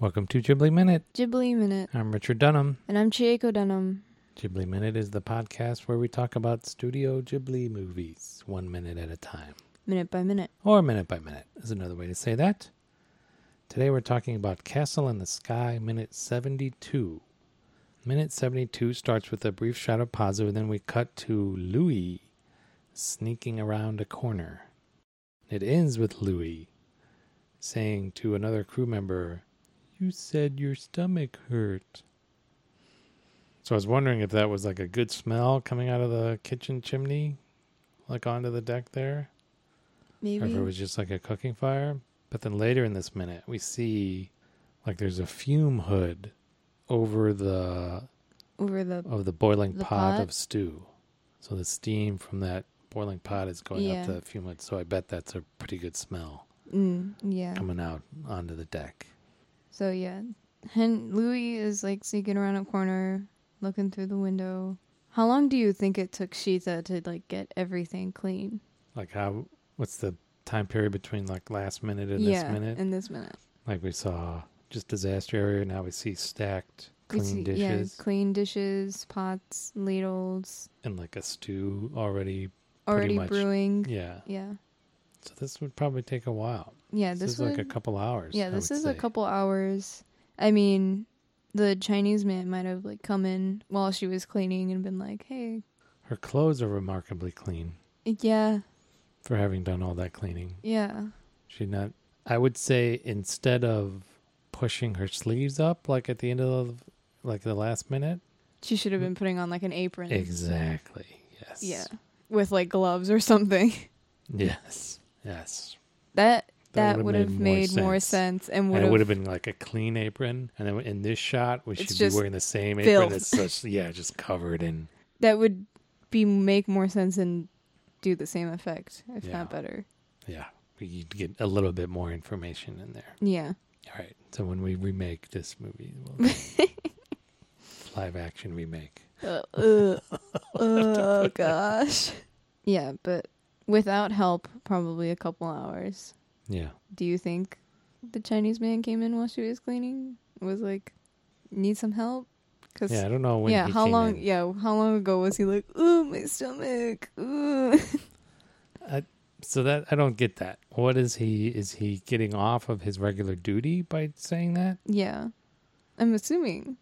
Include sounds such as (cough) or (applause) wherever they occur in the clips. Welcome to Ghibli Minute. Ghibli Minute, I'm Richard Dunham. and I'm Chieko Dunham. Ghibli Minute is the podcast where we talk about Studio Ghibli movies one minute at a time, Minute by minute. or minute by minute is another way to say that. Today we're talking about Castle in the Sky, minute 72. Minute 72 starts with a brief shot of Pazu, then we cut to Louis sneaking around a corner. It ends with Louis saying to another crew member, You said your stomach hurt. So I was wondering if that was like a good smell coming out of the kitchen chimney, like onto the deck there, or if Maybe it was just like a cooking fire. But then later in this minute, we see like there's a fume hood over the over the of the boiling The pot, pot? of stew. So the steam from that boiling pot is going Yeah. up the fume hood. So I bet that's a pretty good smell mm, yeah. coming out onto the deck. So yeah, and Louis is like sneaking around a corner, looking through the window. How long do you think it took Sheeta to like get everything clean? Like how? What's the time period between like last minute and yeah, this minute? in this minute. like we saw just disaster area. Now we see stacked We clean see- yeah, dishes clean dishes, pots, ladles, and like a stew already. Pretty already much. brewing. Yeah. Yeah, So this would probably take a while. yeah. This, This, is like would- a couple hours. Yeah, I this would is a say. couple hours. I mean, the Chinese man might have like come in while she was cleaning and been like, "Hey, Her clothes are remarkably clean yeah, for having done all that cleaning. yeah, She not. I would say instead of pushing her sleeves up like at the end of like the last minute. she should have been putting on like an apron, Mm. Exactly. Yes. yeah, with like gloves or something." (laughs) Yes. Yes. That That that would would've have made made, more more, sense and and it would would have have been like a clean apron. And then in this shot, we It's should be just wearing the same apron filth. that's such, yeah, just covered in. that would be make more sense and do the same effect, if Yeah. not better. Yeah, we could get a little bit more information in there. Yeah, All right. So when we remake this movie, (laughs) we'll live action remake. Uh, (laughs) ugh. oh gosh, yeah, but without help, probably a couple hours. Yeah. Do you think the Chinese man came in while she was cleaning? Was like, need some help? Cause Yeah. yeah, I don't know when. he how came long? in. Yeah, how long ago was he like, ooh, my stomach, ooh? (laughs) So that I don't get that. What is he? Is he getting off of his regular duty by saying that? yeah, I'm assuming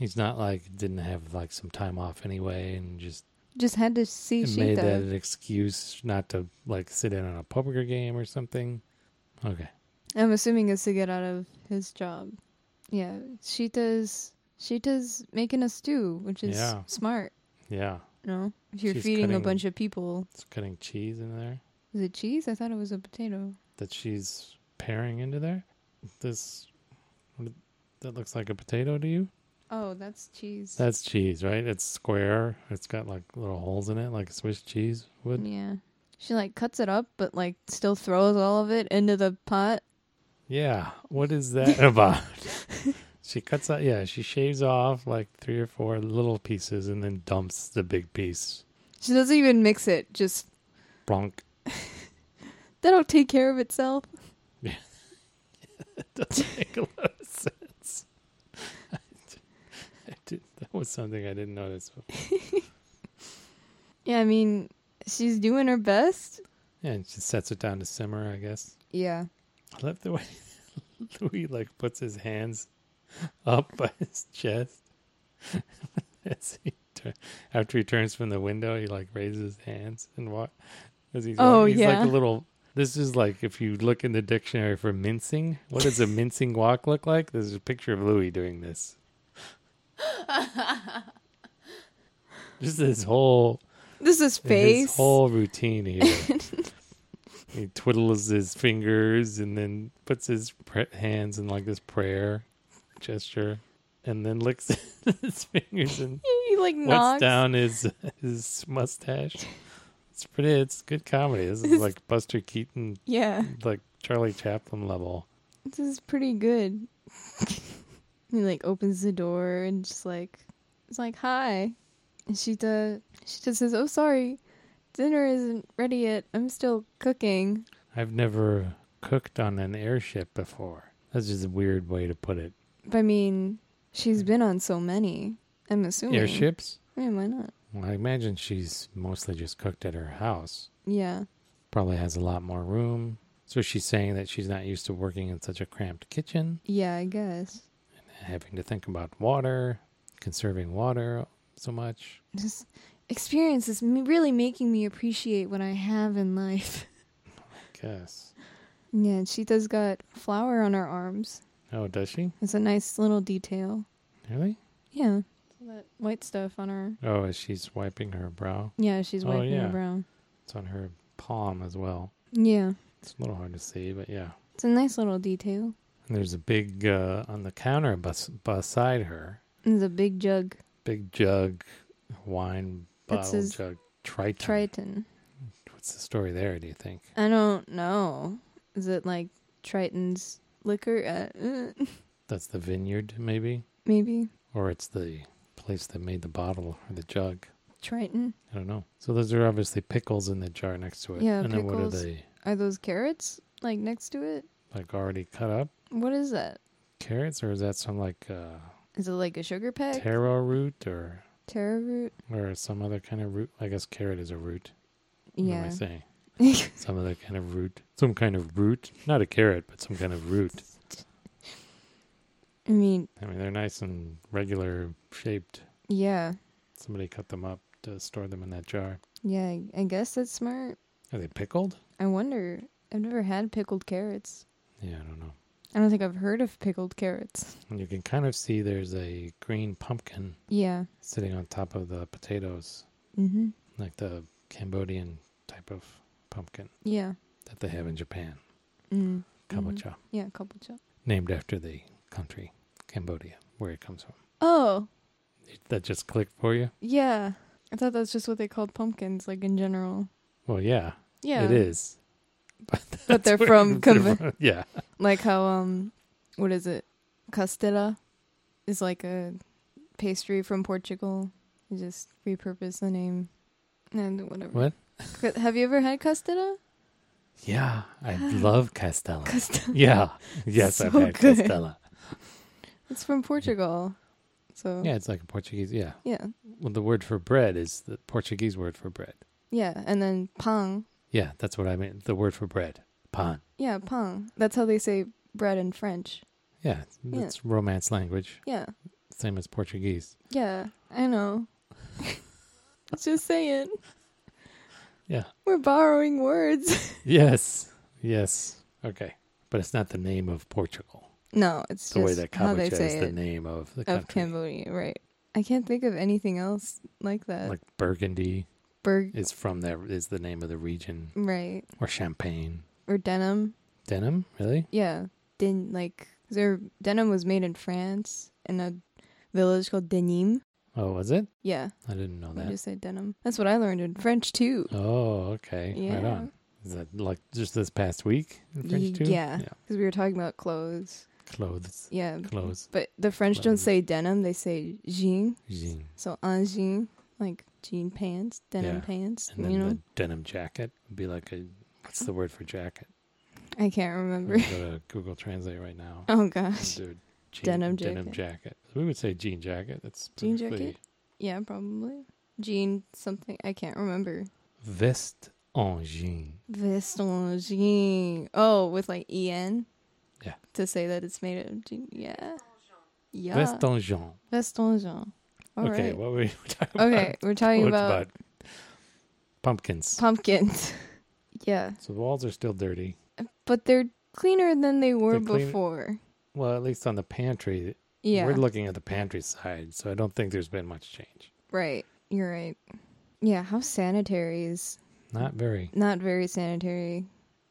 He's not like didn't have like some time off anyway, and just just had to see and made that Sheeta. an excuse not to like sit in on a poker game or something. Okay. I'm assuming it's to get out of his job. Yeah, Sheeta's Sheeta's making a stew, which is Yeah. smart. Yeah. No, if you're She's feeding a cutting- bunch of people, It's cutting cheese in there is it cheese? I thought it was a potato. that she's pairing into there. This what- that looks like a potato to you? Oh, that's cheese. That's cheese, right? It's square. It's got like little holes in it like Swiss cheese would. Yeah. She like cuts it up, but like still throws all of it into the pot. Yeah. What is that (laughs) about? she cuts out yeah, she shaves off like three or four little pieces and then dumps the big piece. She doesn't even mix it. Just Bronk. (laughs) that'll take care of itself. doesn't make a lot of sense. (laughs) I did, I did, that was something I didn't notice. Before. Yeah, I mean, she's doing her best. Yeah, and she sets it down to simmer, I guess. Yeah. I love the way (laughs) Louis like puts his hands up by his chest. (laughs) as he tur- after he turns from the window, he like raises his hands and walk. As he's Oh, walking. he's yeah. like a little. This is like if you look in the dictionary for mincing. What (laughs) does a mincing walk look like? There's a picture of Louis doing this. Just this whole This is his face. whole routine (laughs) here. he twiddles his fingers and then puts his pr- hands in like this prayer gesture, and then licks (laughs) his fingers and he like wets knocks. down his his mustache. It's pretty. It's good comedy. This is like Buster Keaton, Yeah. like Charlie Chaplin level. This is pretty good. (laughs) he like opens the door and just like it's like hi. And Sheeta Sheeta says, Oh sorry. Dinner isn't ready yet. I'm still cooking. I've never cooked on an airship before. That's just a weird way to put it. But I mean, she's been on so many. I'm assuming. Airships? Yeah, why not? Well, I imagine she's mostly just cooked at her house. Yeah. Probably has a lot more room. So she's saying that she's not used to working in such a cramped kitchen, Yeah, I guess. having to think about water, conserving water so much. This experience is m- really making me appreciate what I have in life. (laughs) Guess. yeah, and she does got flour on her arms. Oh, does she? It's a nice little detail. Really? Yeah. That white stuff on her. Oh, as she's wiping her brow. Yeah, she's Oh, wiping yeah. her brow. It's on her palm as well. Yeah. It's a little hard to see, but yeah. It's a nice little detail. And there's a big uh, on the counter bus- beside her. It's a big jug. Big jug, wine That bottle says jug, Triton. Triton. What's the story there? Do you think? I don't know. Is it like Triton's liquor? Uh, uh, That's the vineyard, maybe, maybe. or it's the place that made the bottle or the jug. Triton. I don't know. So those are obviously pickles in the jar next to it. Yeah, and then what are pickles. they? Are those carrots like next to it? Like already cut up What is that? carrots, or is that some like uh, Is it like a sugar pack? taro root or Taro root? or some other kind of root? I guess carrot is a root. What am I Yeah. saying? Some other kind of root. Some kind of root. Not a carrot, but some kind of root. (laughs) I mean, I mean, they're nice and regular shaped. yeah. Somebody cut them up to store them in that jar. Yeah, I- I guess that's smart. Are they pickled? I wonder. I've never had pickled carrots. Yeah, I don't know. I don't think I've heard of pickled carrots. And you can kind of see there's a green pumpkin Yeah. sitting on top of the potatoes, Mm-hmm. like the Cambodian type of pumpkin Yeah. that they have in Japan, Mm. kabocha, Yeah, kombucha. named after the country Cambodia, where it comes from. Oh, That just clicked for you? yeah. I thought that's just what they called pumpkins, like in general. Well, yeah, Yeah. it is. But, that's they're where (laughs) from they're Cambo- from- Yeah, Like how um what is it? Castella is like a pastry from Portugal. You just repurpose the name and whatever. What? Ca- Have you ever had castella? yeah. (gasps) I love Castella. Castella. Yeah. Yes, I've So had good. Castella. It's from Portugal. So Yeah, it's like a Portuguese. Yeah. yeah. Well, the word for bread is the Portuguese word for bread. Yeah, and then pang. Yeah, that's what I mean. The word for bread, pan. Yeah, pang. That's how they say bread in French. Yeah, Yeah. it's Romance language, Yeah. same as Portuguese. Yeah, I know. (laughs) just saying. Yeah. We're borrowing words. (laughs) Yes. Yes. Okay. But it's not the name of Portugal. No, it's It's the just way that how they kabocha say is it. the name of the of country. Cambodia, right? I can't think of anything else like that. Like Burgundy Berg, is from there is the name of the region right? or Champagne. Or denim? Denim, really? Yeah, Den like 'cause their denim was made in France in a village called Denim. Oh, was it? Yeah, I didn't know I Oh, that. just said denim. That's what I learned in French too. Oh, okay. Right Yeah. on. Is that like just this past week in French too? Yeah, because we were talking about clothes. Clothes. Yeah, Clothes. but the French don't Clothes. say denim; they say jean. Jean. So un jean, like jean pants, denim Yeah. pants. And then you know, the denim jacket would be like a what's the word for jacket? I can't I'm remember. gonna go to Google Translate right now. (laughs) Oh and (laughs) gosh, do jean- Denim Denim jacket. We would say jean jacket. That's Jean perfectly- jacket? yeah, probably jean something. I can't remember. Vest en jean. Veston jean. Oh, with like en. Yeah. To say that it's made of jean. Yeah. Yeah. Vest en jean. Veston jean. All right. okay, what were we talking okay, we're talking about? about, About pumpkins. pumpkins. (laughs) yeah, so the walls are still dirty. but they're cleaner than they were They're cleaner- before. Well, at least on the pantry. Yeah. We're looking at the pantry side, so I don't think there's been much change. Right. You're right. Yeah, how sanitary is Not very. not very sanitary.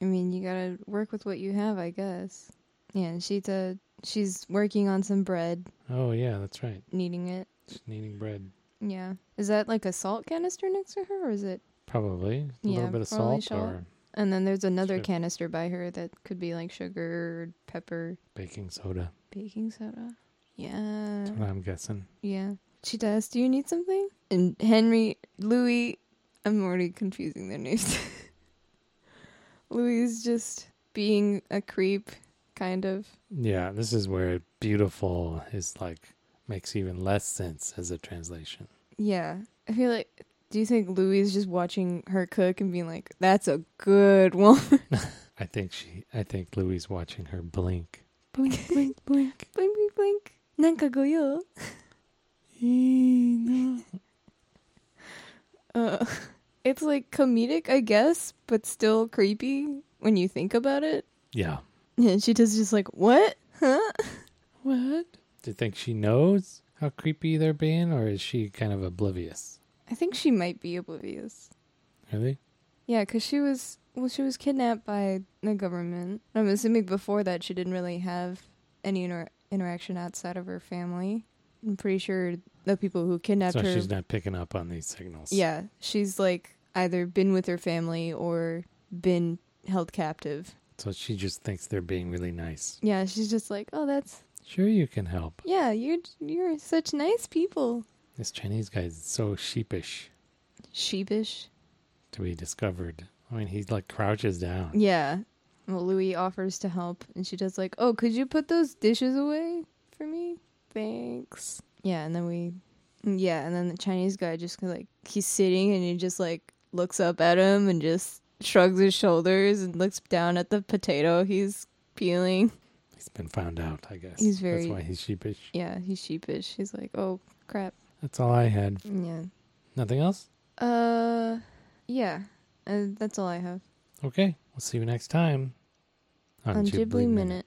I mean, you gotta work with what you have, I guess. Yeah, and she's uh, she's working on some bread, Oh yeah, that's right. kneading it. Just needing bread. Yeah. Is that like a salt canister next to her, or is it? Probably. A Yeah, little bit of probably salt, salt. or And then there's another Sure. canister by her that could be like sugar, pepper, baking soda. baking soda. Yeah. That's what I'm guessing. Yeah. She does. Do you need something? And Henry, Louis, I'm already (laughs) confusing their names. Louis is just being a creep kind of. Yeah, this is where beautiful is like makes even less sense as a translation. Yeah. I feel like do you think Louis is just watching her cook and being like, That's a good one I think she I think Louis watching her blink. (laughs) Blink blink blink (laughs) blink blink blink. Nankagoyo. Uh (laughs) it's like comedic, I guess, but still creepy when you think about it. Yeah. Yeah, and she does just like, What? (laughs) Huh? What? Do you think she knows how creepy they're being or is she kind of oblivious? I think she might be oblivious. Really? Yeah, 'cause she was well, she was kidnapped by the government. I'm assuming before that she didn't really have any inter- interaction outside of her family. I'm pretty sure the people who kidnapped so her. she's not picking up on these signals. yeah, she's like either been with her family or been held captive. So she just thinks they're being really nice. Yeah, she's just like, oh, that's Sure you can help. yeah, you're you're such nice people. This Chinese guy is so sheepish Sheepish. to be discovered. I mean, he like crouches down. Yeah. Well, Louis offers to help, and she does like, "Oh, could you put those dishes away for me? Thanks." Yeah, and then we, yeah, and then the Chinese guy just kinda, like he's sitting, and he just like looks up at him and just shrugs his shoulders and looks down at the potato he's peeling. He's been found out, I guess. He's That's very- why he's sheepish. Yeah, he's sheepish. He's like, "Oh crap." That's all I had. Yeah. Nothing else? Uh, yeah. Uh, that's all I have Okay. We'll see you next time on Ghibli Minute.